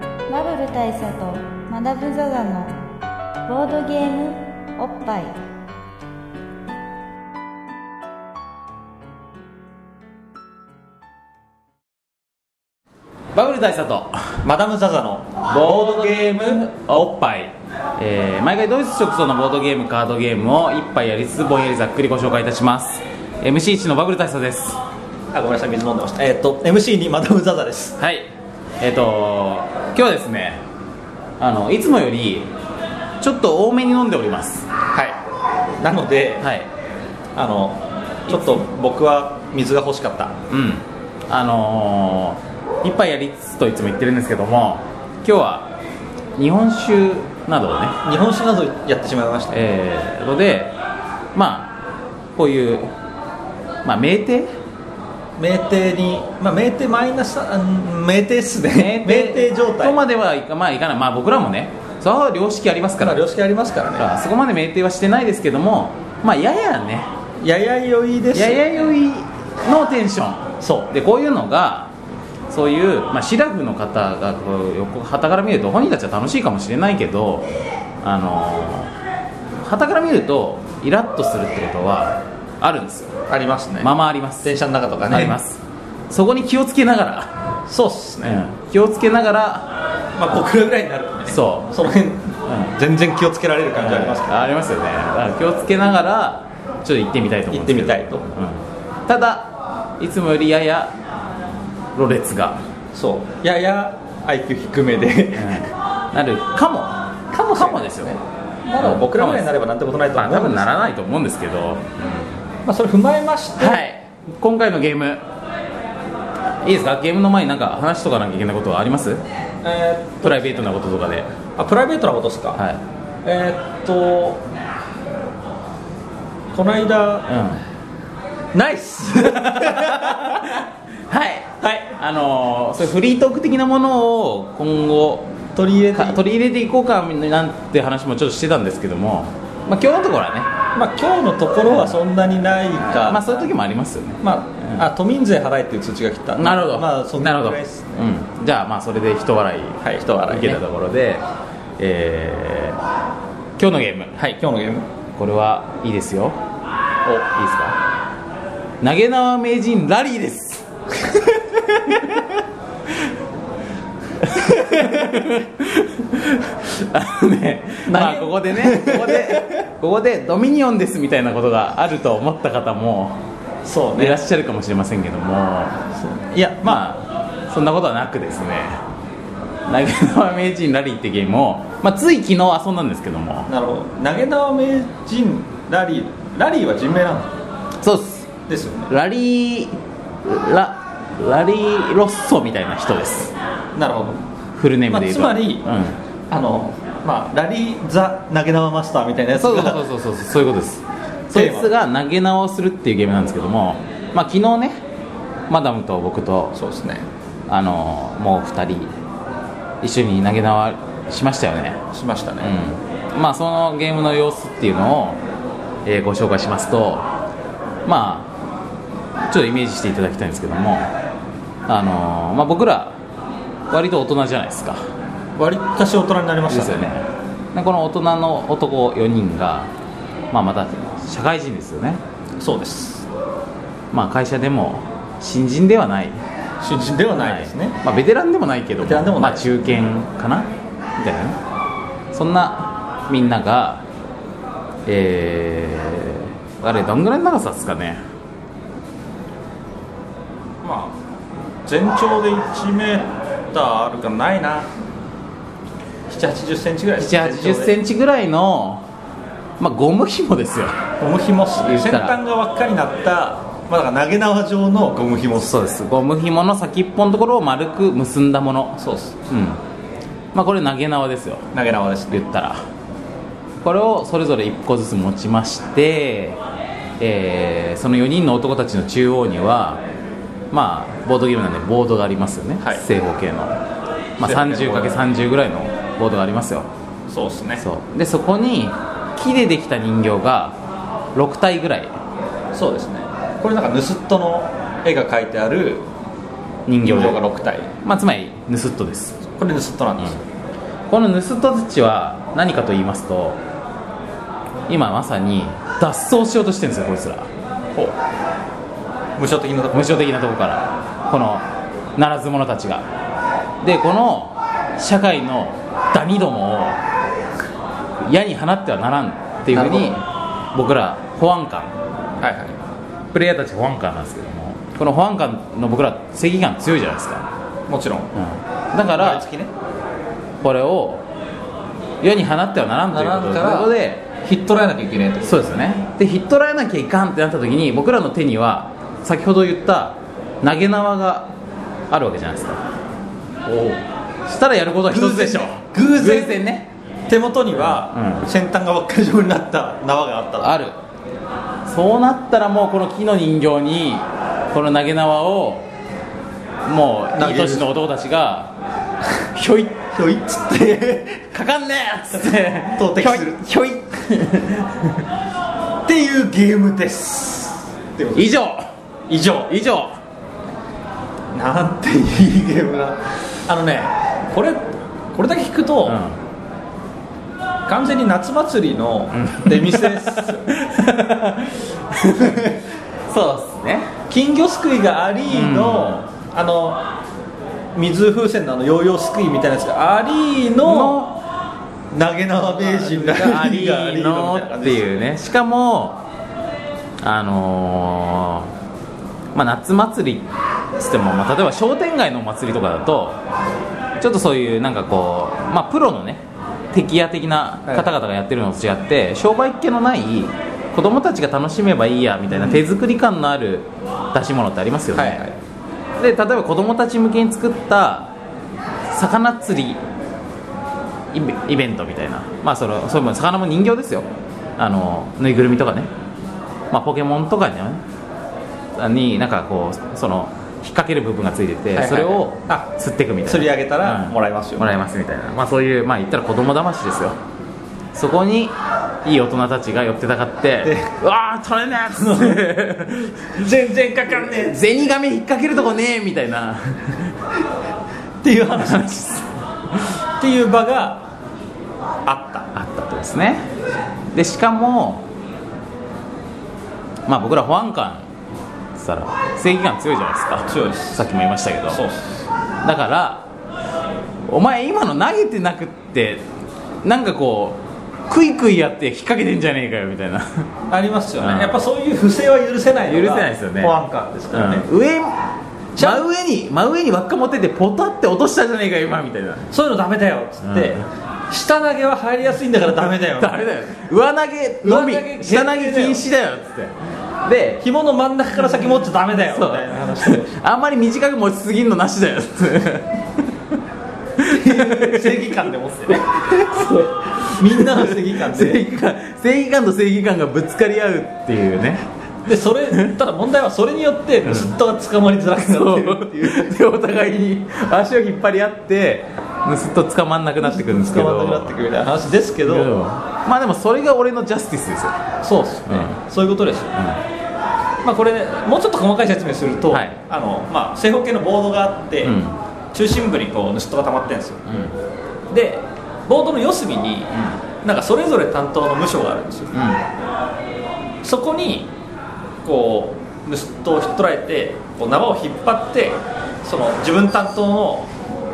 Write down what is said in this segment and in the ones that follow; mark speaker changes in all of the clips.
Speaker 1: 部大佐とマダム・ザ・ザのボードゲームおっぱい
Speaker 2: バブル大佐と
Speaker 3: マダム・ザ・ザの
Speaker 2: ボードゲームおっぱい、えー毎回ドイツ直送のボードゲームカードゲームを一杯やりつつぼんやりざっくりご紹介いたします MC1 のバブル大佐です
Speaker 3: あごめんなさい水飲んでましたえーっ、と MC にマダム・ザ・ザです
Speaker 2: はいえっ、と今日はですねあのいつもよりちょっと多めに飲んでおります
Speaker 3: はいなので、
Speaker 2: はい
Speaker 3: あのちょっと僕は水が欲しかった
Speaker 2: うんあのー、一杯やりつつといつも言ってるんですけども今日は日本酒などをね
Speaker 3: 日本酒などやってしまいました
Speaker 2: えーのでまあこういう、まあ、名店
Speaker 3: 酩酊にまあ酩酊マイナスあうん酩酊っすね
Speaker 2: 名
Speaker 3: 酩酊状態
Speaker 2: とまではいか,、まあ、いかない、まあ、僕らもねそれは良識ありますか
Speaker 3: からら良識ありますから
Speaker 2: だか
Speaker 3: ね
Speaker 2: らそこまで名店はしてないですけどもまあややね
Speaker 3: やや酔いです
Speaker 2: やや酔いのテンショ
Speaker 3: そ
Speaker 2: ンでこういうのがそういう、まあ、シラフの方がこう横旗から見ると本人たちは楽しいかもしれないけどあのー旗から見るとイラッとするってことはあるんですよ
Speaker 3: うありますね
Speaker 2: まあまああります
Speaker 3: 電車の中とかね
Speaker 2: ありますそこに気をつけなが
Speaker 3: そうっすね、
Speaker 2: ら、気をつけながら
Speaker 3: まあ僕らぐらいになるとね
Speaker 2: そ
Speaker 3: その辺、
Speaker 2: ん
Speaker 3: 全然気をつけられる
Speaker 2: う
Speaker 3: 感じありますけど、
Speaker 2: はいありますよねだから気をつけながらちょっと行ってみたいと思
Speaker 3: 行
Speaker 2: うん
Speaker 3: っ
Speaker 2: ですけ
Speaker 3: てみ
Speaker 2: ど
Speaker 3: たいと
Speaker 2: うんただいつもよりややろれつが、
Speaker 3: そうやや IQ 低めで
Speaker 2: なるかもかもかもですよね
Speaker 3: なら僕らぐらいになればなんてことないと
Speaker 2: ま
Speaker 3: 思
Speaker 2: あ
Speaker 3: うんで
Speaker 2: 多
Speaker 3: す
Speaker 2: 分ならないと思うんですけど、
Speaker 3: まあそれ踏まえまして、
Speaker 2: はい今回のゲームいいですかゲームの前になんか話しとかなきゃいけないことはあります
Speaker 3: え
Speaker 2: プライベートなこととかで
Speaker 3: ーあプライベートなことですか、
Speaker 2: はい
Speaker 3: えーっとこの間
Speaker 2: うん
Speaker 3: ナイス
Speaker 2: はい、
Speaker 3: はい
Speaker 2: あのーそういうフリートーク的なものを今後
Speaker 3: 取り入れて
Speaker 2: か取り入れていこうかなんて話もちょっとしてたんですけども、まあ、今日のところはね、
Speaker 3: まあ今日のところはそんなにないか、
Speaker 2: まあ、そういう時もありますよね
Speaker 3: まあ、あ都民税払えっていう通知が来た
Speaker 2: なるほど、
Speaker 3: まあそん
Speaker 2: なる
Speaker 3: な
Speaker 2: ほ
Speaker 3: ぐ
Speaker 2: ど、
Speaker 3: らいです
Speaker 2: うん、じゃあまあそれで人笑い
Speaker 3: はい人笑いね
Speaker 2: 受けたところで、えー今日のゲームはい
Speaker 3: 今日のゲーム
Speaker 2: これはいいですよおいいですか投げ縄名人ラリーですあのねまあここでねここでここでドミニオンですみたいなことがあると思った方も
Speaker 3: そう
Speaker 2: いら
Speaker 3: ね
Speaker 2: っしゃるかもしれませんけども
Speaker 3: いやま
Speaker 2: まあそんなことはなくですね投げ縄名人ラリーってゲームを、まあ、つい昨日遊んだんですけども
Speaker 3: あなるほど投げ縄名人ラリーラリーは人名なん
Speaker 2: そうっす
Speaker 3: ですよね
Speaker 2: ラリーララリーロッソみたいな人です
Speaker 3: なるほど
Speaker 2: フルネームで言うと、
Speaker 3: まあつまり
Speaker 2: う
Speaker 3: あのまあラリー・ザ・投げ縄マスターみたいなや
Speaker 2: ん、
Speaker 3: つ
Speaker 2: そう
Speaker 3: が
Speaker 2: そうそうそうそうそういうことです そい
Speaker 3: テーマ
Speaker 2: つが投げ縄をするっていうゲームなんですけどもまあ昨日ねマダムと僕と
Speaker 3: そうですね
Speaker 2: あのもう2人一緒に投げ縄しましたよね
Speaker 3: しましたね、
Speaker 2: うんまあ、そのゲームの様子っていうのを、えーご紹介しますと、まあ、ちょっとイメージしていただきたいんですけども、あのーまあ、僕ら、割と大人じゃないですか、
Speaker 3: 割かし大人になりまし
Speaker 2: で
Speaker 3: た
Speaker 2: すよねでこの大人の男4人が、まあ、また社会人ですよね、
Speaker 3: そうです
Speaker 2: まあ、会社でも新人ではない、
Speaker 3: 新人ではないですね、
Speaker 2: はいまあ、ベテランでもないけども
Speaker 3: ベテランでもない
Speaker 2: まあ、中堅かなみたいなねそんなみんながえー、あれどんぐらいの長さですかね
Speaker 3: まあ全長で1メーターあるかないな7 8 0センチぐらい
Speaker 2: 7 8 0セ
Speaker 3: ンチ
Speaker 2: ンチぐらいの、まあ、ゴム紐ですよ
Speaker 3: ゴム紐っす
Speaker 2: 言
Speaker 3: ね
Speaker 2: った
Speaker 3: 先
Speaker 2: ら
Speaker 3: 端が輪っかになった、まあ、だから投げ縄状のゴム紐っす
Speaker 2: そうですゴム紐の先っぽのところを丸く結んだもの
Speaker 3: そうっす
Speaker 2: うんまあこれ投げ縄ですよ
Speaker 3: 投げ縄ですね
Speaker 2: 言ったらこれをそれぞれ1個ずつ持ちまして、えーその4人の男たちの中央にはまあボードゲームなんでボードがありますよね、
Speaker 3: はい
Speaker 2: 正方形の、まあ、
Speaker 3: 正方形の
Speaker 2: 30×30 ぐらいのボードがありますよ
Speaker 3: そうっすね
Speaker 2: そうでそこに木でできた人形が6体ぐらい
Speaker 3: そうですねこれなんかヌスットの絵が描いてある
Speaker 2: 人形
Speaker 3: 人
Speaker 2: で
Speaker 3: 形が6体
Speaker 2: まあ、つまり盗っ人です
Speaker 3: これヌスットなんですよ、
Speaker 2: この盗人たちは何かと言いますと今まさに脱走しようとしてるんですよこいつら
Speaker 3: ほう無償的なとこ
Speaker 2: 無償的なところからこのならず者たちがでこの社会のダニどもを矢に放ってはならんっていうふうに
Speaker 3: なる
Speaker 2: 僕ら保安官
Speaker 3: はいは
Speaker 2: プレイヤーたち保安官なんですけどもこの保安官の僕ら正義感強いじゃないですか、
Speaker 3: いもちろん
Speaker 2: うんだか
Speaker 3: 毎
Speaker 2: ら
Speaker 3: 月ね
Speaker 2: これを世に放ってはならんということ
Speaker 3: ならんから
Speaker 2: ということで
Speaker 3: ヒットらえなきゃいけないってこ
Speaker 2: そうですよねで引っ取られなきゃいかんってなった時に僕らの手には先ほど言った投げ縄があるわけじゃないですか
Speaker 3: とお
Speaker 2: したらやることは一つでしょ
Speaker 3: 偶然
Speaker 2: 偶然ね
Speaker 3: 手元には、
Speaker 2: うん
Speaker 3: 先端が輪っか状になった縄があった
Speaker 2: あるそうなったらもうこの木の人形にこの投げ縄をもう
Speaker 3: 投
Speaker 2: いい
Speaker 3: げる
Speaker 2: 年の男たちがひょい
Speaker 3: ひょいっつって
Speaker 2: かかんねえっつって
Speaker 3: 投擲する
Speaker 2: ひょいひょい
Speaker 3: っていうゲームですってこと
Speaker 2: 以上
Speaker 3: 以上
Speaker 2: 以上
Speaker 3: なんていいゲームだあのねこれこれだけ聞くと、
Speaker 2: う
Speaker 3: 完全に夏祭りの
Speaker 2: うん
Speaker 3: 出店っす よ
Speaker 2: そうっすね
Speaker 3: 金魚すくいがありの、あの水風船のあのヨーヨーすくいみたいなやつがありの
Speaker 2: の
Speaker 3: 投げ縄名人が
Speaker 2: あ
Speaker 3: あり
Speaker 2: り
Speaker 3: がありの
Speaker 2: の
Speaker 3: みたいな
Speaker 2: っ
Speaker 3: 感
Speaker 2: て
Speaker 3: じです
Speaker 2: いうねしかもあのーまあ、夏祭りっつっても、まあ、例えば商店街のお祭りとかだとちょっとそういうなんかこう、まあ、プロのね敵屋的な方々がやってるのと違って、商売っ気のない子供たちが楽しめばいいやみたいな手作り感のある出し物ってありますよね、
Speaker 3: はいはい
Speaker 2: で例えば子供たち向けに作った魚釣りイベイベントみたいな、まあ、そのそういう魚も人形ですよあのぬいぐるみとかね、まあ、ポケモンとかに,、になんかこうその引っ掛ける部分がついてて、
Speaker 3: いはいはい
Speaker 2: それを
Speaker 3: あ
Speaker 2: 釣っていくみたいな
Speaker 3: 釣り上げたらもらえますよ
Speaker 2: もらえますみたいな、まあ、そういうまあ言ったら子供騙しですよそこにいい大人たちが寄ってたかって
Speaker 3: で
Speaker 2: 「うわー取れねえ!」っつって 全然かかんねえ銭亀引っ掛けるとこねえみたいな
Speaker 3: っていう話ですっていう場があった
Speaker 2: あったとですねでしかもまあ僕ら保安官っつったら正義感強いじゃないですか
Speaker 3: 強いです
Speaker 2: さっきも言いましたけど
Speaker 3: そうっす
Speaker 2: だからお前今の投げてなくってなんかこうクイクイやって引っ掛けてんじゃねえかよみたいな、
Speaker 3: ありますよね、
Speaker 2: うん
Speaker 3: やっぱそういう不正は許せないのが
Speaker 2: 許せないですよね
Speaker 3: 保安官ですからね、
Speaker 2: うん上
Speaker 3: ちゃ
Speaker 2: 真上に真上に輪っか持っててポタって落としたじゃねえかよ今みたいな
Speaker 3: そういうのダメだよっつって、
Speaker 2: うん
Speaker 3: 下投げは入りやすいんだからダメだよ
Speaker 2: ダメだよ上投げのみ
Speaker 3: 上投げ
Speaker 2: 下投げ禁止だよっつってで
Speaker 3: 紐の真ん中から先持っちゃダメだよみ
Speaker 2: そう
Speaker 3: たいな話を
Speaker 2: あんまり短く持ちすぎるのなしだよっつって
Speaker 3: 正義感で 持ってねみんなの正義感
Speaker 2: 正
Speaker 3: で
Speaker 2: 義感正義感と正義感がぶつかり合うっていうね
Speaker 3: でそれただ問題はそれによって盗人が捕まりづらくな
Speaker 2: そ
Speaker 3: ってる
Speaker 2: う
Speaker 3: っていう
Speaker 2: でお互いに足を引っ張り合ってずっと捕まんなくなってくるんですけ
Speaker 3: 捕
Speaker 2: ど
Speaker 3: まんなくなってくるみたいな話です
Speaker 2: け
Speaker 3: け
Speaker 2: ど
Speaker 3: ど
Speaker 2: まあでもそれが俺のジャスティスですよ、
Speaker 3: そうっすね、そういうことですよまあこれねもうちょっと細かい説明すると、
Speaker 2: はい
Speaker 3: あのまあ正方形のボードがあって、
Speaker 2: うん
Speaker 3: 中心部にこう盗人が溜まってるんですよ
Speaker 2: うん
Speaker 3: でボードの四隅に、なんかそれぞれ担当の部署があるんですよそこにこう盗人を引っ捕らえてこう縄を引っ張ってその自分担当の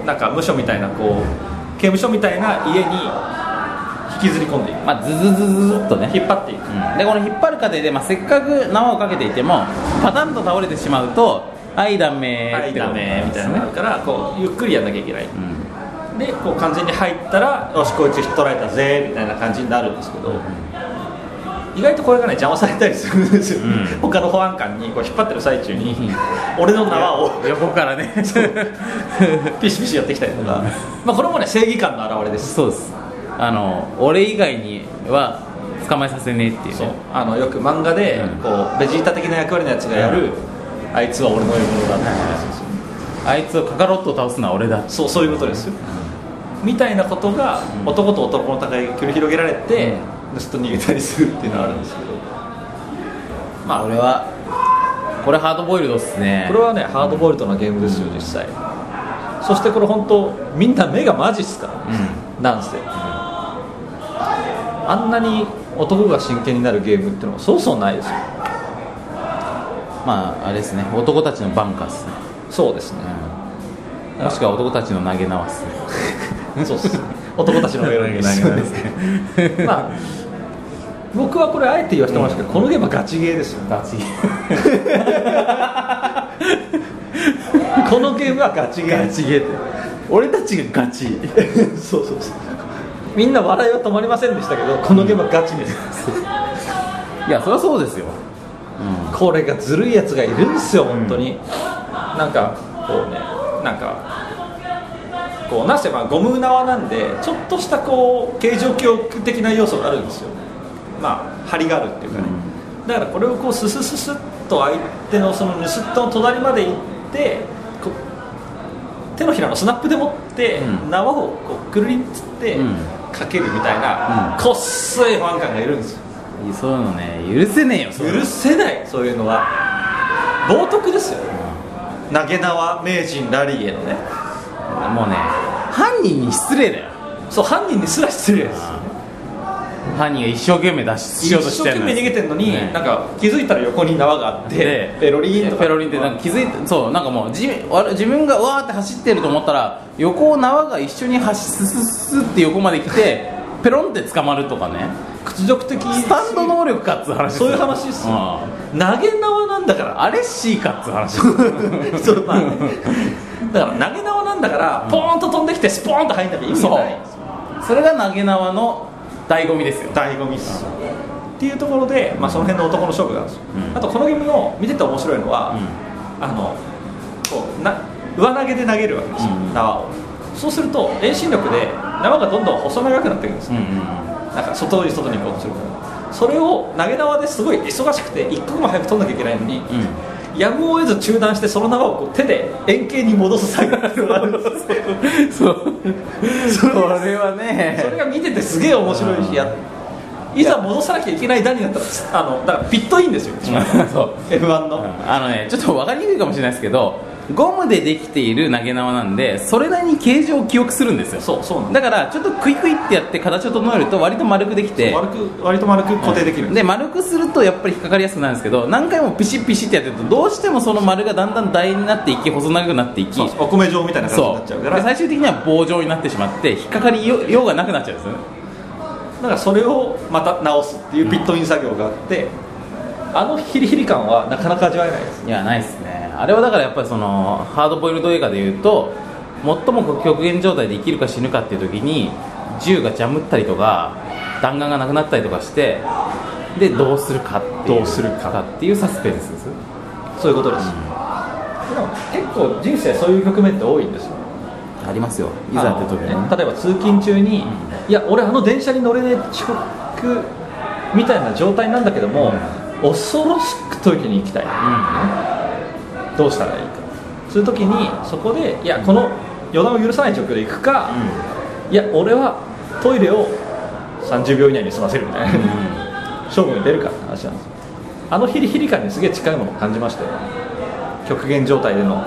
Speaker 3: なんか無所みたいなこう刑務所みたいな家に引きずり込んでいく
Speaker 2: まあズズズズズっとね
Speaker 3: 引っ張っていく
Speaker 2: うんでこの引っ張る過程で、まあ、せっかく縄をかけていてもパタンと倒れてしまうと「はいダメ」
Speaker 3: はいダメみたいなのがあるからこうゆっくりやんなきゃいけない
Speaker 2: うん
Speaker 3: でこう完全に入ったらよしこいつ引っ捕らえたぜみたいな感じになるんですけど意外とこれがね邪魔されたりするんですよ、
Speaker 2: う
Speaker 3: 他の保安官にこう引っ張ってる最中に俺の縄を
Speaker 2: 横からね
Speaker 3: ピシピシやってきたりとか、まあ、これもね正義感の表れで す
Speaker 2: そうですあの俺以外には捕まえさせねえっていう
Speaker 3: そう
Speaker 2: ね
Speaker 3: あのよく漫画で
Speaker 2: うん
Speaker 3: こうベジータ的な役割のやつがやる、あいつは俺の獲物だって話ですよ
Speaker 2: あいつをカカロットを倒すのは俺だ
Speaker 3: そうそういうことですよ、みたいなことが男と男の戦いが繰り広げられて、ずっと逃げたりするっていうのはあるんですけどまあ
Speaker 2: 俺はこれハードボイルドっすね
Speaker 3: これはねハードボイルドなゲームですよ実際そしてこれ本当みんな目がマジっすから
Speaker 2: う
Speaker 3: ダンスで、あんなに男が真剣になるゲームってのはそうそうないですよ
Speaker 2: まああれですね男たちのバンカーっすね、
Speaker 3: そうですね、
Speaker 2: うん、もしくは男たちの投げ縄っすね
Speaker 3: そうっす男たちの上を投げない
Speaker 2: 投げ縄っすね
Speaker 3: まあ僕はこれあえて言わせてもらいますけど、このゲームはガチゲーですよ
Speaker 2: ガチ
Speaker 3: このゲームはガチゲー
Speaker 2: ゲーって俺たちがガチ
Speaker 3: そうそうそうみんな笑いは止まりませんでしたけどこのゲームはガチです、
Speaker 2: いやそりゃそうですよ
Speaker 3: これがずるいやつがいるんですよ本当に、なんかこうねなんかこうなせばゴム縄なんでちょっとしたこう形状記憶的な要素があるんですよまあ張りがあるっていうかね、だからこれをこうススススッと相手のその盗っ人の隣まで行ってこう手のひらのスナップで持って、
Speaker 2: うん
Speaker 3: 縄をこうくるりんつって
Speaker 2: うん
Speaker 3: かけるみたいな、
Speaker 2: うん
Speaker 3: こっそいファン感がいるんですよ
Speaker 2: いやそういうのね許せねえよそれ
Speaker 3: 許せないそういうのは冒涜ですよ投げ縄名人ラリーへのね
Speaker 2: もうね犯人に失礼だよ
Speaker 3: そう犯人にすら失礼です
Speaker 2: 犯人が一生懸命脱出しようと
Speaker 3: 一
Speaker 2: し
Speaker 3: 生
Speaker 2: てる
Speaker 3: 懸命逃げてんのに、
Speaker 2: ね
Speaker 3: なんか気づいたら横に縄があって
Speaker 2: で
Speaker 3: ペロリンとか
Speaker 2: ペロリンってなんか気づいてそうなんかもう地面あれ自分がわーって走ってると思ったら横を縄が一緒に走ススススって横まで来てペロンって捕まるとかね
Speaker 3: 屈辱的
Speaker 2: スタンド能力かっつう話
Speaker 3: そういう話っすよ
Speaker 2: うん
Speaker 3: 投げ縄なんだから
Speaker 2: あれ C かっつう話
Speaker 3: そうまあねだから投げ縄なんだからポーンと飛んできてスポーンと入んなきゃ意味
Speaker 2: そう
Speaker 3: ない
Speaker 2: それが投げ縄の醍醐味ですよ
Speaker 3: 醍醐味っすっていうところで、まあ、その辺の男の勝負があるんですよ、あとこのゲームの見てて面白いのは、あのこうな上投げで投げるわけですよ、
Speaker 2: うん
Speaker 3: 縄をそうすると遠心力で縄がどんどん細長くなっていくんです
Speaker 2: うん
Speaker 3: よ、
Speaker 2: うん
Speaker 3: なんか外に外に行こうとするからそれを投げ縄ですごい忙しくて一刻も早く取んなきゃいけないのに、
Speaker 2: うん
Speaker 3: やむを得ず中断してその縄をこう手で円形に戻す作業があるんで す
Speaker 2: うんそ
Speaker 3: よ
Speaker 2: うそれはね
Speaker 3: それが見ててすげえ面白いしやいざ戻さなきゃいけない段になったらつあのだからピットインですよ一番
Speaker 2: そう
Speaker 3: F1 の
Speaker 2: あのねちょっと分かりにくいかもしれないですけどゴムでできている投げ縄なんでそれなりに形状を記憶するんですよ
Speaker 3: そうそうなんだ
Speaker 2: だからちょっとクイクイってやって形を整えると割と丸くできて
Speaker 3: 丸く割と丸く固定できる、
Speaker 2: で丸くするとやっぱり引っかかりやすくなるんですけど何回もピシッピシッってやってるとどうしてもその丸がだんだん楕円になっていき細長くなっていき
Speaker 3: そうそうお米状みたいな感じに
Speaker 2: そ
Speaker 3: なっ
Speaker 2: う
Speaker 3: ちゃ
Speaker 2: で
Speaker 3: うからだ
Speaker 2: 最終的には棒状になってしまって引っかかりよようがなくなっちゃうんですよね
Speaker 3: からそれをまた直すっていうピットイン作業があって、あのヒリヒリ感はなかなか味わえないです
Speaker 2: いやないですねあれはだからやっぱりそのハードボイルド映画でいうと最も極限状態で生きるか死ぬかっていう時に銃がジャムったりとか弾丸がなくなったりとかしてでどうするかっていう
Speaker 3: どうするか
Speaker 2: っていうサスペンスです
Speaker 3: そういうことです、でも結構人生そういう局面って多いんですよ
Speaker 2: ありますよいざって時に
Speaker 3: あのね例えば通勤中に、いや俺あの電車に乗れねえ遅刻みたいな状態なんだけども、恐ろしくトイレに行きたいどうしたらいいかそういう時にそこでいやこの予断を許さない状況で行くか、いや俺はトイレを30秒以内に済ませるみたいな、勝負に出るかって話なんですよあのヒリヒリ感にすげえ近いものを感じましたよ極限状態での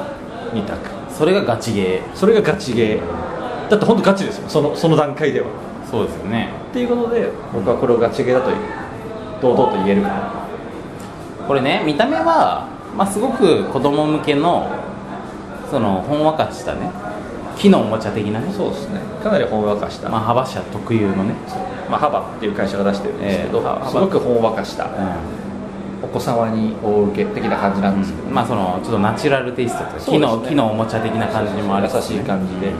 Speaker 3: 2択
Speaker 2: それがガチゲ
Speaker 3: それがガチゲーだって本当ガチですよそのその段階では
Speaker 2: ーそうですよね
Speaker 3: っていうことで僕はこれをガチゲーだと言う堂々と言えるかな
Speaker 2: これね見た目は、まあ、すごく子供向けのそのほんわかしたね木のおもちゃ的なね、
Speaker 3: そうですねかなりほんわかした、
Speaker 2: まあ、
Speaker 3: ま
Speaker 2: 幅社特有のね、
Speaker 3: あ、幅っていう会社が出してるんですけど、
Speaker 2: ええ幅
Speaker 3: すごくほんわかした
Speaker 2: うん
Speaker 3: お子様に大受け的な感じなんですけど、
Speaker 2: まあそのちょっとナチュラルテイストというか
Speaker 3: そう
Speaker 2: 木
Speaker 3: ですね
Speaker 2: の木のおもちゃ的な感じにもある
Speaker 3: 優しい感じで、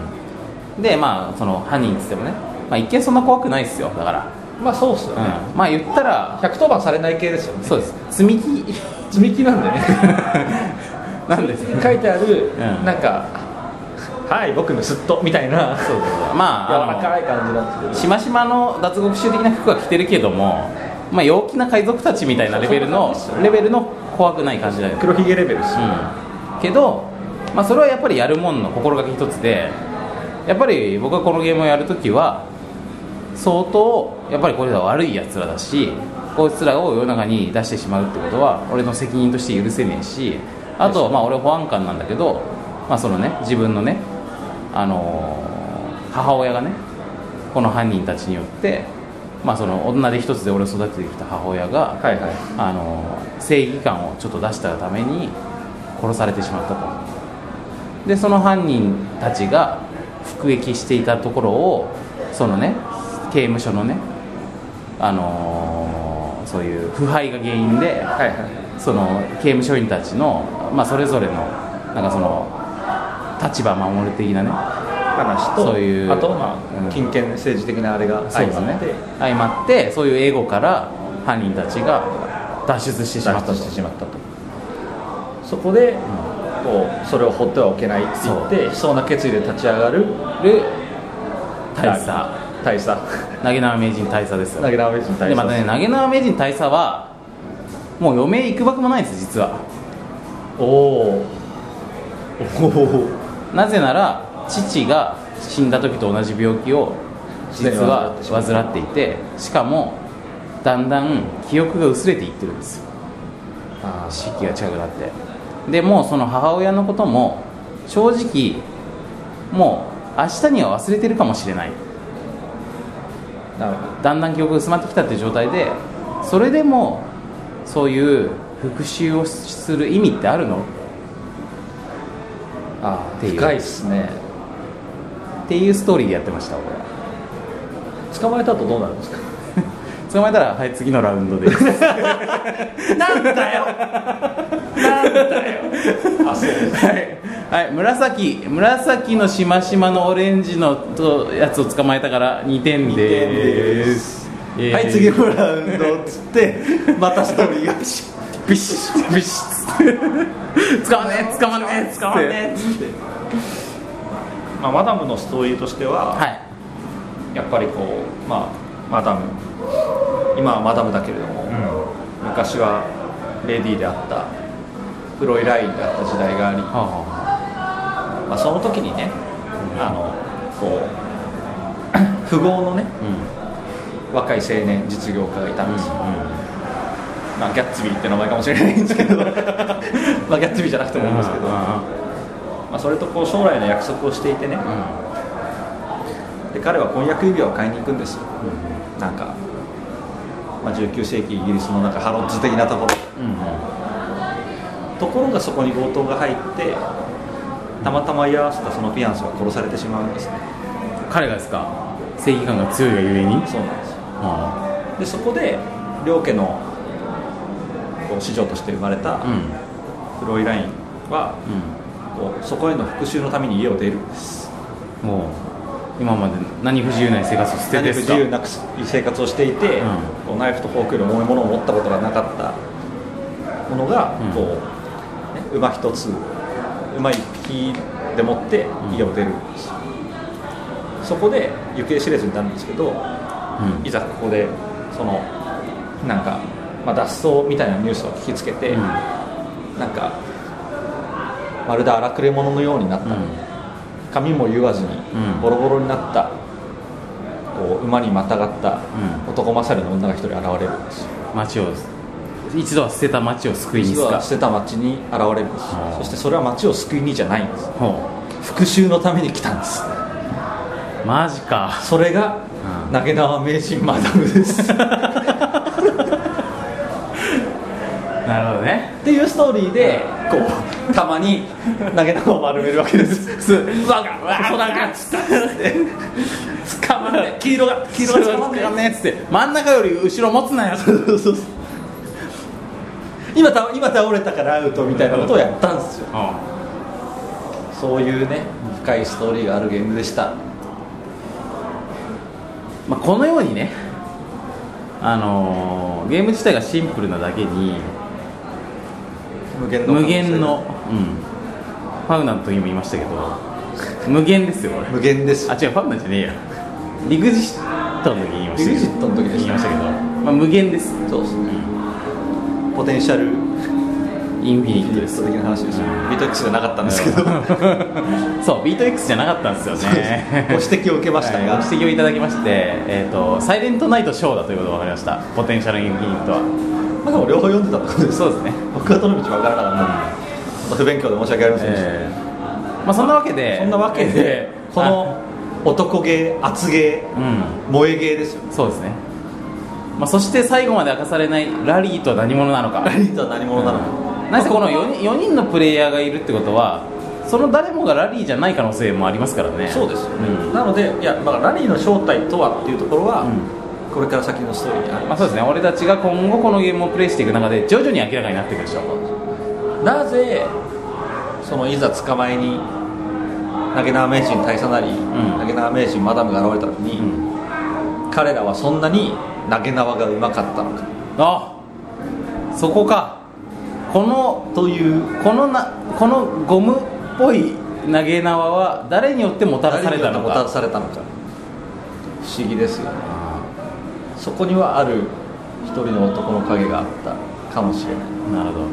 Speaker 2: じでまあその犯人っつってもね、まあ、一見そんな怖くないですよだから、
Speaker 3: まあそうっすよ
Speaker 2: う
Speaker 3: ね、
Speaker 2: ん、まあ言ったら
Speaker 3: 110番されない系ですよね
Speaker 2: そうです積み木
Speaker 3: 積み木なんでね
Speaker 2: なんですね
Speaker 3: 書いてある、
Speaker 2: うん
Speaker 3: なんか「はい僕盗っ人」みたいな
Speaker 2: そうですま
Speaker 3: 柔
Speaker 2: あ
Speaker 3: ら
Speaker 2: あ
Speaker 3: かい感じなん
Speaker 2: の
Speaker 3: です
Speaker 2: しましまの脱獄衆的な服は着てるけどもまあ陽気な海賊たちみたいなレベルの
Speaker 3: そうそう
Speaker 2: レベルの怖くない感じだよね
Speaker 3: けど黒ひげレベルですよ、
Speaker 2: うん、けど、まあ、それはやっぱりやるもんの心がけ一つでやっぱり僕はこのゲームをやるときは相当やっぱりこれらは悪いやつらだしこいつらを世の中に出してしまうってことは俺の責任として許せねえしあとまあ俺保安官なんだけど、まあ、そのね自分のね、あのー母親がねこの犯人たちによって、まあ、その女手一つで俺を育ててきた母親が、
Speaker 3: はいはい
Speaker 2: あの正義感をちょっと出したために殺されてしまったとでその犯人たちが服役していたところをそのね刑務所のねあのーそういう腐敗が原因で、
Speaker 3: はいはい
Speaker 2: その刑務所員たちの、まあ、それぞれのなんかその立場守る的なね
Speaker 3: 話
Speaker 2: そ
Speaker 3: と
Speaker 2: ういう
Speaker 3: あとま
Speaker 2: うん
Speaker 3: あ金権政治的なあれが
Speaker 2: そう
Speaker 3: 相
Speaker 2: です
Speaker 3: ま
Speaker 2: ね
Speaker 3: って、
Speaker 2: 相まってそういうエゴから犯人たちが脱出してしまったと
Speaker 3: 脱出してしまったとそこで、こうそれを放ってはおけないって言ってそうな決意で立ち上がる
Speaker 2: る大佐
Speaker 3: 大 佐
Speaker 2: 投げ縄名人大佐ですよ
Speaker 3: 投げ縄名人大佐
Speaker 2: でまたね投げ縄名人大佐はもう余命いくばくもないんです実は
Speaker 3: おおおお
Speaker 2: なぜなら父が死んだ時と同じ病気を実は患っていてしかもだんだん記憶が薄れていってるんですよ
Speaker 3: あー
Speaker 2: 時期が近くなってでもうその母親のことも正直もう明日には忘れてるかもしれない
Speaker 3: なるほど
Speaker 2: だんだん記憶が薄まってきたっていう状態でそれでもそういう復讐をする意味ってあるの
Speaker 3: あ
Speaker 2: って
Speaker 3: ー
Speaker 2: いう
Speaker 3: 深いっすね
Speaker 2: っていうストーリーでやってました俺は
Speaker 3: 捕まえた後どうなるんですか
Speaker 2: 捕まえたらはい次のラウンドです
Speaker 3: なんだよなんだよあそうで す
Speaker 2: はい、はい、紫紫のしましまのオレンジのとやつを捕まえたから2点でーす
Speaker 3: はい次のラウンドっつってまたストーリーがシュッ
Speaker 2: ビシッビシッ捕まんねえ捕まんねえ捕まんねえ
Speaker 3: つって、まあ、マダムのストーリーとしては、
Speaker 2: はい
Speaker 3: やっぱりこうまあマダム今はマダムだけれども、昔はレディーであった黒いラインだった時代があり、
Speaker 2: はあは
Speaker 3: まあ、その時にねあのこう 富豪のね
Speaker 2: あうんう
Speaker 3: 若い青年実業家がいたんですよ、
Speaker 2: ん
Speaker 3: まあ、ギャッツビーって名前かもしれないんですけ どまあギャッツビーじゃなくてもいいんですけど、まあ、それとこう将来の約束をしていてねで彼は婚約指輪を買いに行くんですよなんか、まあ、19世紀イギリスのなんかハロッズ的なところ
Speaker 2: うんうんうんうん
Speaker 3: ところがそこに強盗が入ってたまたま居合わせたそのピアンスは殺されてしまうんですね
Speaker 2: 彼がですか正義感が強いがゆえに
Speaker 3: そうなんですよ
Speaker 2: あ
Speaker 3: でそこで両家のこう子女として生まれた
Speaker 2: あうん
Speaker 3: フロイラインはこうそこへの復讐のために家を出るんです
Speaker 2: うんもう今まで何不自由ない生活を捨て
Speaker 3: 何
Speaker 2: て
Speaker 3: 不
Speaker 2: す
Speaker 3: 自
Speaker 2: か
Speaker 3: 由なく生活をしていて、
Speaker 2: うん
Speaker 3: こうナイフとフォークの重いものを持ったことがなかったものが、
Speaker 2: うん
Speaker 3: こうね馬一つ馬一匹でもって家を出るんですよ、そこで行方知れずになるんですけど
Speaker 2: うん
Speaker 3: いざここでそのなんか、まあ、脱走みたいなニュースを聞きつけて、
Speaker 2: うん
Speaker 3: なんかまるで荒くれ者のようになった、髪も言わずに
Speaker 2: うん
Speaker 3: ボロボロになった、こう馬にまたがった
Speaker 2: うん
Speaker 3: 男勝りの女が一人現れるんですよ
Speaker 2: 町を一度は捨てた町を救いに
Speaker 3: 実
Speaker 2: すか
Speaker 3: は捨てた町に現れるんです
Speaker 2: はあ
Speaker 3: そしてそれは町を救いにじゃないんです
Speaker 2: ほ
Speaker 3: 復讐のために来たんです
Speaker 2: うマジか
Speaker 3: それが
Speaker 2: うん
Speaker 3: 投げ縄名人マダムです っ
Speaker 2: なるほどね
Speaker 3: ていうストーリーでこうたまに投げ縄を丸めるわけです
Speaker 2: す
Speaker 3: わがわががつったつかまんね黄色が黄色がつかまんね
Speaker 2: ねっつって真ん中より後ろ持つなよ
Speaker 3: 今倒今倒れたからアウトみたいなことをやったんですよそういうね深いストーリーがあるゲームでした
Speaker 2: まあ、このようにね、あのーゲーム自体がシンプルなだけに
Speaker 3: 無限の
Speaker 2: 無限の、うん、ファウナの時も言いましたけど無限ですよこれ
Speaker 3: 無限です
Speaker 2: あ違うファウナじゃねえやリグジットの時に言いましたけど
Speaker 3: リグジットの時でした
Speaker 2: 言いましたけど、まあ、無限です
Speaker 3: そうですねポテンシャル
Speaker 2: インフィニットで
Speaker 3: ス
Speaker 2: す
Speaker 3: ト的な話ですよビート X じゃなかったんですけど
Speaker 2: そうビート X じゃなかったんですよね
Speaker 3: ご指摘を受けました
Speaker 2: は
Speaker 3: が
Speaker 2: いご指摘をいただきまして、えー、とサイレントナイトショーだということが分かりましたポテンシャルインフィニットは
Speaker 3: まあでも両方読んでたってことです
Speaker 2: そうですね
Speaker 3: 僕はどの道分からなかったんで不勉強で申し訳ありませんでした
Speaker 2: えーまあ、そんなわけで
Speaker 3: そんなわけでこの
Speaker 2: あ
Speaker 3: 男芸厚芸
Speaker 2: うん
Speaker 3: 萌え芸ですよ
Speaker 2: そうですね、まあ、そして最後まで明かされないラリーとは何者なのか
Speaker 3: ラリーとは何者なのか、
Speaker 2: なぜこの 4, 人4人のプレイヤーがいるってことはその誰もがラリーじゃない可能性もありますからね
Speaker 3: そうですよね、
Speaker 2: うん
Speaker 3: なのでいや、まあ、ラリーの正体とはっていうところは、
Speaker 2: う
Speaker 3: これから先のストーリーにあり
Speaker 2: ま
Speaker 3: ま
Speaker 2: あ、
Speaker 3: す、
Speaker 2: そうですね俺たちが今後このゲームをプレイしていく中で徐々に明らかになっていくでしょう
Speaker 3: なぜそのいざ捕まえに投げ縄名人大佐なり、
Speaker 2: ん
Speaker 3: 投げ縄名人マダムが現れた時に、
Speaker 2: うん
Speaker 3: 彼らはそんなに投げ縄がうまかったのか
Speaker 2: あそこかこの
Speaker 3: という
Speaker 2: このなこのゴムっぽい投げ縄は誰によってもたらされたの
Speaker 3: 誰によってもたら
Speaker 2: か
Speaker 3: されたのか不思議ですよねそこにはある一人の男の影があったかもしれない
Speaker 2: なるほど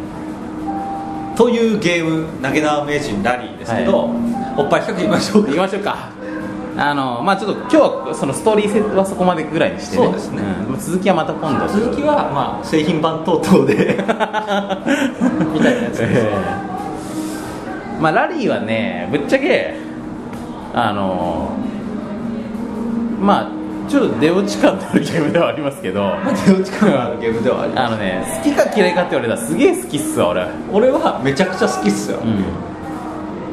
Speaker 3: というゲーム投げ縄名人ラリーですけど、おっぱい企画いきましょう
Speaker 2: 行き
Speaker 3: か
Speaker 2: ましょうかあのまあちょっと今日はそのストーリー性はそこまでぐらいにして、ね、
Speaker 3: そうですね
Speaker 2: ん続きはまた今度
Speaker 3: 続きはまあ製品版等々で みたいなやつです、
Speaker 2: え えまあラリーはねぶっちゃけあのまあちょっと出落ち感のあるゲームではありますけど
Speaker 3: まあ 手打ち感があるゲームではあり
Speaker 2: あ
Speaker 3: ます
Speaker 2: のね好きか嫌いかって言われたらすげえ好きっすわ俺
Speaker 3: 俺はめちゃくちゃ好きっすよ、
Speaker 2: うん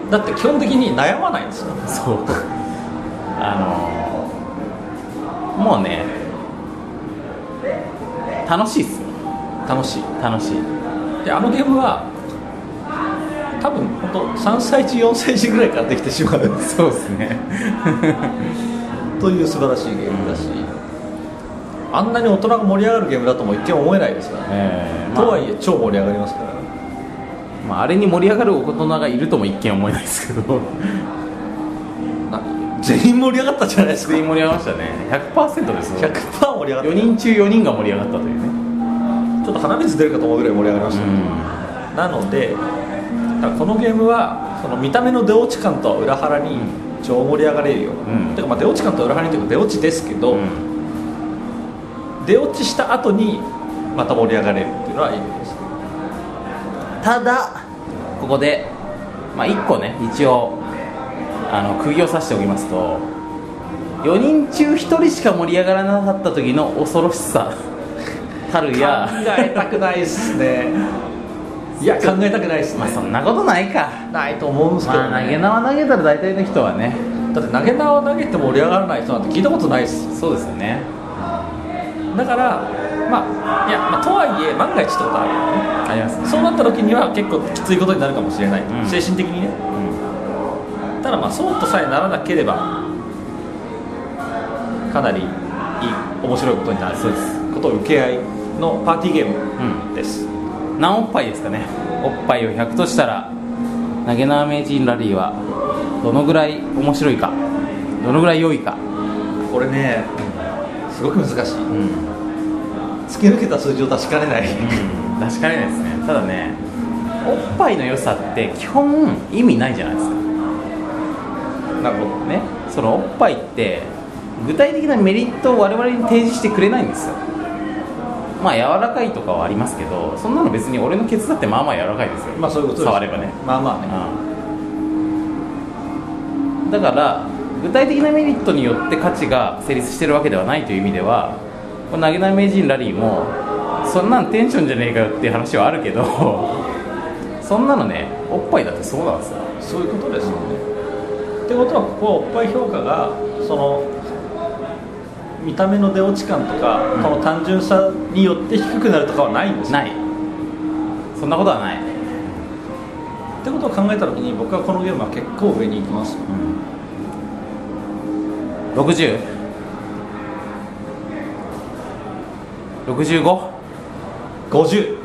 Speaker 3: だって基本的に悩まないんですよ
Speaker 2: そうあのもうね楽しいっすよ
Speaker 3: 楽しい
Speaker 2: 楽しい
Speaker 3: であのゲームは多分本当3歳児4歳児ぐらいからできてしまう
Speaker 2: そうですね
Speaker 3: という素晴らしいゲームだし、あんなに大人が盛り上がるゲームだとも一見思えないですからね、
Speaker 2: ええまあ
Speaker 3: とはいえ超盛り上がりますから
Speaker 2: まあ、あれに盛り上がる大人がいるとも一見思えないですけど
Speaker 3: な全員盛り上がったじゃないですか
Speaker 2: 全員盛り上がりましたね100%です
Speaker 3: 100%盛り上がった
Speaker 2: 4人中4人が盛り上がったというね
Speaker 3: ちょっと鼻水出るかと思うぐらい盛り上がりました、なのでだからこのゲームはその見た目の出落ち感とは裏腹に超盛り上がれるような、
Speaker 2: うん
Speaker 3: てかまあ出落ち感とは裏腹にというか出落ちですけど、
Speaker 2: うん
Speaker 3: 出落ちした後にまた盛り上がれるっていうのはいいですね
Speaker 2: ただここで、まあ、1個ね一応あの釘を刺しておきますと4人中1人しか盛り上がらなかった時の恐ろしさ たるや
Speaker 3: 考えたくないっ すねいや考えたくないっすね、
Speaker 2: まあそんなことないか
Speaker 3: ないと思うんですけど、ね
Speaker 2: まあ投げ縄投げたら大体の人はね
Speaker 3: だって投げ縄投げて盛り上がらない人なんて聞いたことないっす
Speaker 2: そうですよね
Speaker 3: だからまあいや、まあ、とはいえ万が一ってことあるよね
Speaker 2: あります
Speaker 3: そうなった時には結構きついことになるかもしれない、
Speaker 2: うん
Speaker 3: 精神的にね
Speaker 2: うん
Speaker 3: ただまあそうとさえならなければかなりいい面白いことになる
Speaker 2: そうです
Speaker 3: ことを受け合いのパーティーゲー
Speaker 2: うん
Speaker 3: ムです、
Speaker 2: 何おっぱいですかねおっぱいを100としたら投げ縄名人ラリーはどのぐらい面白いかどのぐらい良いか、
Speaker 3: これねすごく難しい
Speaker 2: うん
Speaker 3: 突き抜けた数字を確かめない
Speaker 2: 確かにですねただねおっぱいの良さって基本意味ないじゃないですか
Speaker 3: なるほど
Speaker 2: ねそのおっぱいって具体的なメリットを我々に提示してくれないんですよまあ柔らかいとかはありますけどそんなの別に俺のケツだってまあまあ柔らかいですよ
Speaker 3: まあそういうことです
Speaker 2: 触ればね
Speaker 3: まあまあね
Speaker 2: うんだから具体的なメリットによって価値が成立してるわけではないという意味ではこの投げ投げ名人ラリーもそんなんテンションじゃねえかよっていう話はあるけどそんなのねおっぱいだってそうなんですよ
Speaker 3: そういうことですよね。ってことはここはおっぱい評価がその見た目の出落ち感とか、
Speaker 2: うん
Speaker 3: この単純さによって低くなるとかはないんですよ
Speaker 2: ないそんなことはない、
Speaker 3: ってことを考えた時に僕はこのゲームは結構上に行きますよ
Speaker 2: 6065
Speaker 3: 50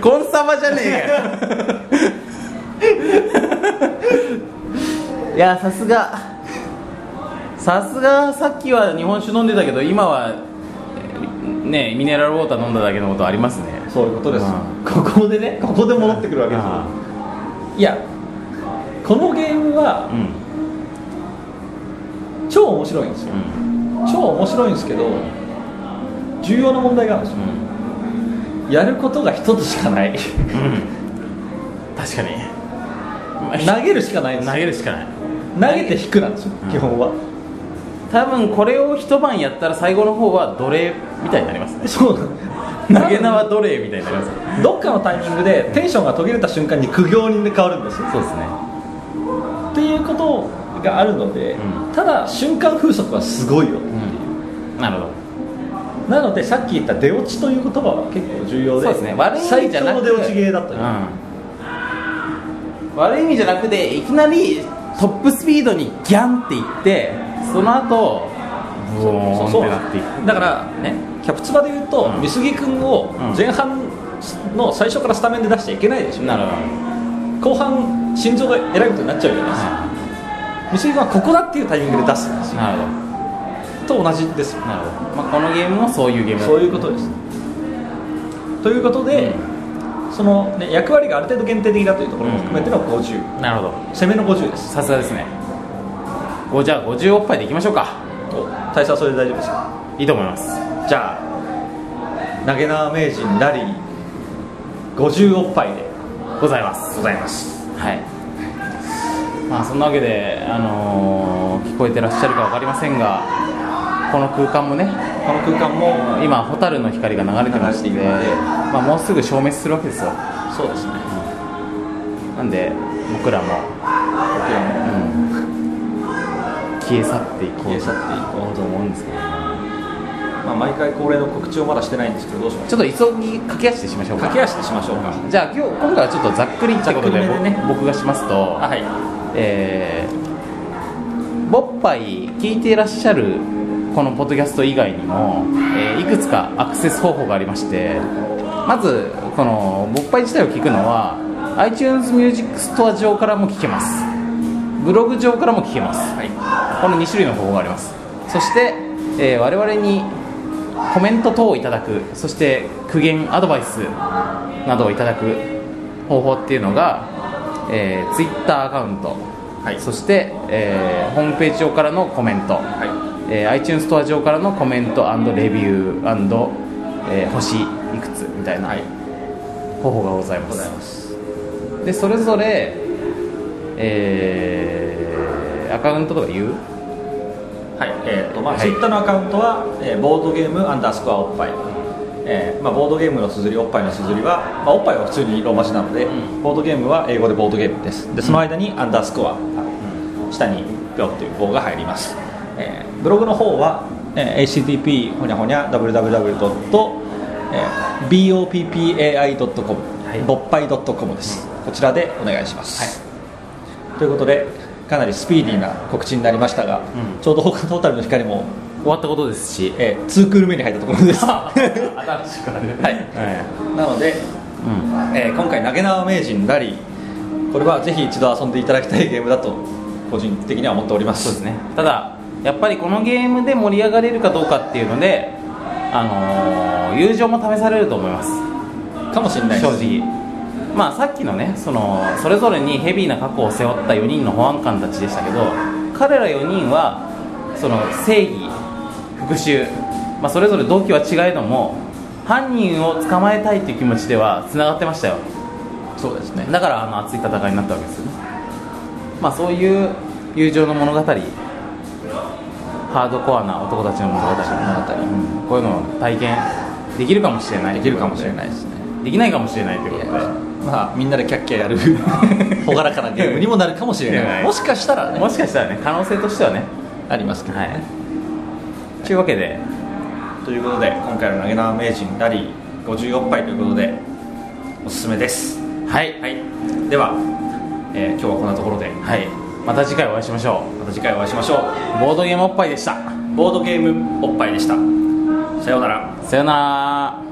Speaker 2: コンサバじゃねえかいやさすがさすがさっきは日本酒飲んでたけど今はえねミネラルウォーター飲んだだけのことありますね
Speaker 3: そういうことです、
Speaker 2: うん
Speaker 3: ここでねここで戻ってくるわけですよ
Speaker 2: あ
Speaker 3: いやこのゲーム
Speaker 2: あ
Speaker 3: は
Speaker 2: うん
Speaker 3: 超面白いんですよ
Speaker 2: うん
Speaker 3: 超面白いんですけど重要な問題があるんですよ
Speaker 2: うん
Speaker 3: やることが一つしかな い
Speaker 2: うん確かにまあひ
Speaker 3: 投げるしかないんですよ
Speaker 2: 投げるしかない
Speaker 3: 投げて引くなんですよ、
Speaker 2: うん
Speaker 3: 基本は
Speaker 2: 多分これを一晩やったら最後の方は奴隷みたいになりますね
Speaker 3: そうな
Speaker 2: 投げ縄奴隷みたいになります
Speaker 3: どっかのタイミングでテンションが途切れた瞬間に苦行人で変わるんですよ
Speaker 2: そうですね
Speaker 3: っていうことがあるので、
Speaker 2: う
Speaker 3: ただ瞬間風速はすごいよ、
Speaker 2: うんなるほど
Speaker 3: なのでさっき言った出落ちという言葉は結構重要で
Speaker 2: そうですね悪い意味
Speaker 3: 最
Speaker 2: じゃ
Speaker 3: 強
Speaker 2: な
Speaker 3: の
Speaker 2: くて
Speaker 3: 出落ち芸だという、
Speaker 2: うん悪い意味じゃなくていきなりトップスピードにギャンっていってその後ブ
Speaker 3: そ
Speaker 2: オーン
Speaker 3: う
Speaker 2: っ
Speaker 3: そう
Speaker 2: てなっていく
Speaker 3: だからねキャプツバで言うと、
Speaker 2: うん
Speaker 3: 美杉君を
Speaker 2: ん
Speaker 3: 前半の最初からスタメンで出しちゃいけないでしょ、
Speaker 2: なるほど
Speaker 3: 後半心臓がえらいことになっちゃうじゃないですか
Speaker 2: は
Speaker 3: 美杉君はここだっていうタイミングで出すんです
Speaker 2: い
Speaker 3: よ
Speaker 2: なるほど
Speaker 3: と同じです
Speaker 2: なるほど、まあ、このゲームもそういうゲームだ
Speaker 3: そういうことですということで、その、ね、役割がある程度限定的だというところも含めての50、
Speaker 2: なるほど
Speaker 3: 攻めの50です
Speaker 2: さすがですねごじゃあ50おっぱいでいきましょうか
Speaker 3: お大佐はそれで大丈夫ですか
Speaker 2: いいと思います
Speaker 3: じゃあ投げ縄名人ラリー50おっぱいで
Speaker 2: ございます
Speaker 3: ございます
Speaker 2: はいまあそんなわけで、あのー聞こえてらっしゃるか分かりませんがこの空間もね
Speaker 3: この空間も
Speaker 2: 今蛍の光が流れてまして
Speaker 3: 流れているので
Speaker 2: まあ、もうすぐ消滅するわけですよ
Speaker 3: そうですね
Speaker 2: なんで僕らも、
Speaker 3: 僕ら
Speaker 2: う
Speaker 3: も
Speaker 2: ん、消え去っていこう
Speaker 3: 消え去っていこう
Speaker 2: と思うんですけど
Speaker 3: まあ、毎回恒例の告知をまだしてないんですけどどうしまし
Speaker 2: ちょっと急ぎ駆け足でしましょ
Speaker 3: ょ
Speaker 2: う
Speaker 3: う
Speaker 2: か
Speaker 3: 駆け足でしましょうか、
Speaker 2: じゃあ今日今回はちょっとざっくりってことで
Speaker 3: ざっくりめでね
Speaker 2: 僕僕がしますと、
Speaker 3: あはい
Speaker 2: えー、ボッパイ聞いていらっしゃるこのポッドキャスト以外にも、えーいくつかアクセス方法がありましてまずこのボッパイ自体を聞くのは iTunes ミュージックストア上からも聞けますブログ上からも聞けます
Speaker 3: はい
Speaker 2: この2種類の方法がありますそして、えー我々にコメント等をいただくそして苦言アドバイスなどをいただく方法っていうのが、えー、Twitter アカウント、
Speaker 3: はい
Speaker 2: そして、えーホームページ上からのコメント、
Speaker 3: は
Speaker 2: えー iTunes ストア上からのコメントレビュー、えー星いくつみたい
Speaker 3: いは
Speaker 2: ない方法がございま
Speaker 3: ご
Speaker 2: す、
Speaker 3: ざいます
Speaker 2: でそれぞれ、えーアカウントとか言う
Speaker 3: はいえーとまあ
Speaker 2: はい
Speaker 3: ツイッターのアカウントは、えーボードゲームアンダースコアおっぱい、えーまあ、ボードゲームの綴りおっぱいの綴りは、まあ、おっぱいは普通にローマ字なので、
Speaker 2: ん
Speaker 3: ボードゲームは英語でボードゲームですでその間にアンダースコア、下にぴょっていう棒が入ります、えーブログの方は、えー http ほにゃほにゃ www.boppai.com
Speaker 2: はい
Speaker 3: ぼっぱい .com です、こちらでお願いします、ということでかなりスピーディーな告知になりましたが、
Speaker 2: うん
Speaker 3: ちょうど他のトータルの光も、
Speaker 2: 終わったことですし
Speaker 3: えー、2クール目に入ったところです な
Speaker 2: 新しくあるはい、
Speaker 3: ので、
Speaker 2: うん、
Speaker 3: えー今回投げ縄名人ラリーこれはぜひ一度遊んでいただきたいゲームだと個人的には思っております
Speaker 2: そうですねただやっぱりこのゲームで盛り上がれるかどうかっていうのであのー友情も試されると思います
Speaker 3: かもしれないです
Speaker 2: 正直まあさっきのねそのそれぞれにヘビーな過去を背負った4人の保安官たちでしたけど彼ら4人はその正義復讐、まあ、それぞれ動機は違えども犯人を捕まえたいっていう気持ちではつながってましたよ
Speaker 3: そうですね
Speaker 2: だからあの熱い戦いになったわけですよねまあそういう友情の物語ハードコアな男たちの物語うんこういうのを体験できるかもしれない
Speaker 3: できるかもしれないですね
Speaker 2: できないかもしれないということで
Speaker 3: まあみんなでキャッキ ャやる朗らかなゲームにもなるかもしれ
Speaker 2: いやい
Speaker 3: ない
Speaker 2: や
Speaker 3: もしかしたらね
Speaker 2: もしかしたらね可能性としてはね
Speaker 3: ありますけど
Speaker 2: は
Speaker 3: ね、
Speaker 2: いというわけで
Speaker 3: ということで今回の投げ縄名人ラリー54杯ということでおすすめです
Speaker 2: はい
Speaker 3: はいでは、えー今日はこんなところで
Speaker 2: はいまた次回お会いしましょ
Speaker 3: また次回お会いしましょ
Speaker 2: うボードゲームおっぱいでした
Speaker 3: うボードゲームおっぱいでしたさようなら
Speaker 2: さよなら